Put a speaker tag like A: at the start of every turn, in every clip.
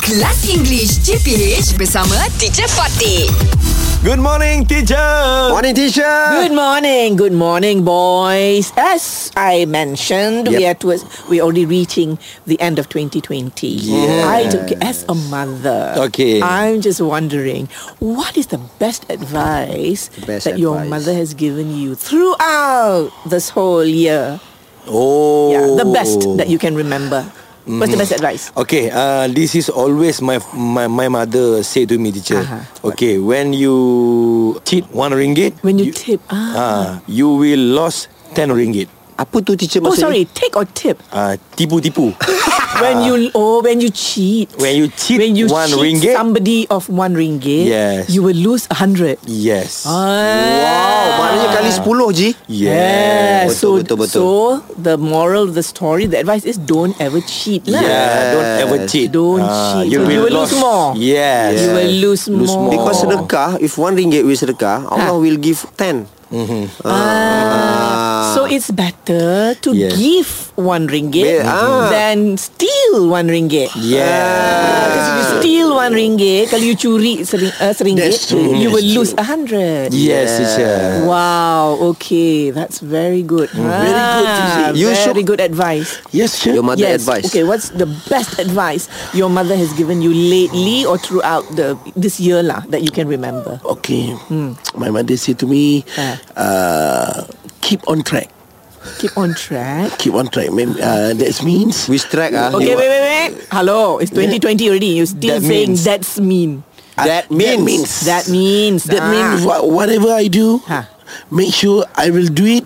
A: Kelas English CPH bersama Teacher Fatih.
B: Good morning, teacher.
C: Morning teacher
D: Good morning, good morning, boys. As I mentioned, we are towards we're already reaching the end of 2020. I took as a mother.
C: Okay.
D: I'm just wondering, what is the best advice
C: best
D: that your
C: advice.
D: mother has given you throughout this whole year?
B: Oh.
D: Yeah, the best that you can remember. What's the best advice?
B: Okay, uh, this is always my my, my mother say to me, teacher.
D: Uh-huh.
B: Okay, when you cheat one ringgit,
D: When you, tip, ah,
B: uh, you will lost ten ringgit.
C: Apa tu teacher
D: oh
C: maksudnya?
D: sorry, take or tip.
B: Uh, tipu tipu.
C: Ah.
D: when you oh when you cheat
B: When you cheat
D: when you
B: one
D: cheat
B: ringgit.
D: somebody of one ringgit
B: Yes.
D: you will lose a hundred Ah.
B: yes.
C: Wow
E: Ah.
C: Maknanya kali 10 je
D: yeah,
C: Betul,
B: Yes.
D: so
C: betul, betul.
D: so the moral of the story, the advice is don't ever cheat lah.
B: Yeah, don't ever cheat.
D: Don't
B: Ah,
D: cheat. So you will lose
B: lost-
D: more.
B: Yes.
D: You will lose,
E: Oh.
D: more.
C: Because sedekah If one ringgit we
D: Ha.
C: sedekah Allah will give 10 mm-hmm. ah.
D: so it's better to
B: Yes.
D: give one ringgit
C: Yeah, ah.
D: than steal one ringgit.
B: Yeah.
D: Because if you steal one ringgit, kalau you curi sering, uh, seringgit,
C: That's true, that's
D: you will lose a hundred.
B: Yes, teacher.
D: Wow, okay, that's very good.
C: Very good,
D: Ah,
C: you see. You
D: very
C: should-
D: good advice.
B: Yes, teacher.
C: Your mother
D: yes.
C: advice
D: Okay, what's the best advice your mother has given you lately or throughout the this year lah that you can remember?
E: Okay.
D: Hmm.
E: My mother said to me,
D: Ah.
E: uh, keep on track.
D: Keep on track.
E: Keep on track. Mem- Uh, that means
C: Which track ah
E: Uh,
D: Okay, wait, wait, wait. Hello, it's 2020 already. You're
B: That
D: still saying
B: means-
D: that's mean.
C: That means,
D: That means
E: that
D: ah.
E: means wha- whatever I do,
D: Ah.
E: make sure I will do it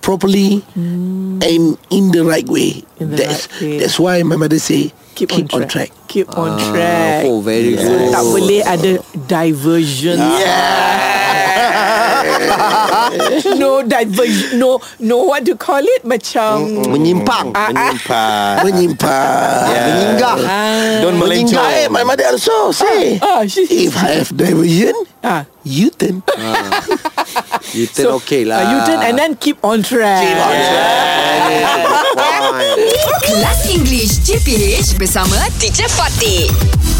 E: properly and in the right way.
D: Hmm. In the
E: that's
D: right way.
E: that's why my mother say
D: keep, on, track. Keep on track.
C: Oh very
D: So
C: good
D: tak boleh ada diversion. no diversion. No, no what to call it macam
C: Menyimpang
D: Ah, ah.
B: Menyimpang.
E: Menyimpang.
B: Yeah.
C: Menyanggah
B: Don't melencong.
E: Menyimpang. Eh, My mother also say,
D: Ah, she-
E: if I have diversion,
D: Ah.
E: you turn.
C: Ah. You turn
D: So,
C: okay lah
D: uh, you turn and then keep on track.
E: Keep on
C: Very good point.
A: Kelas English CPH bersama Teacher Fatih.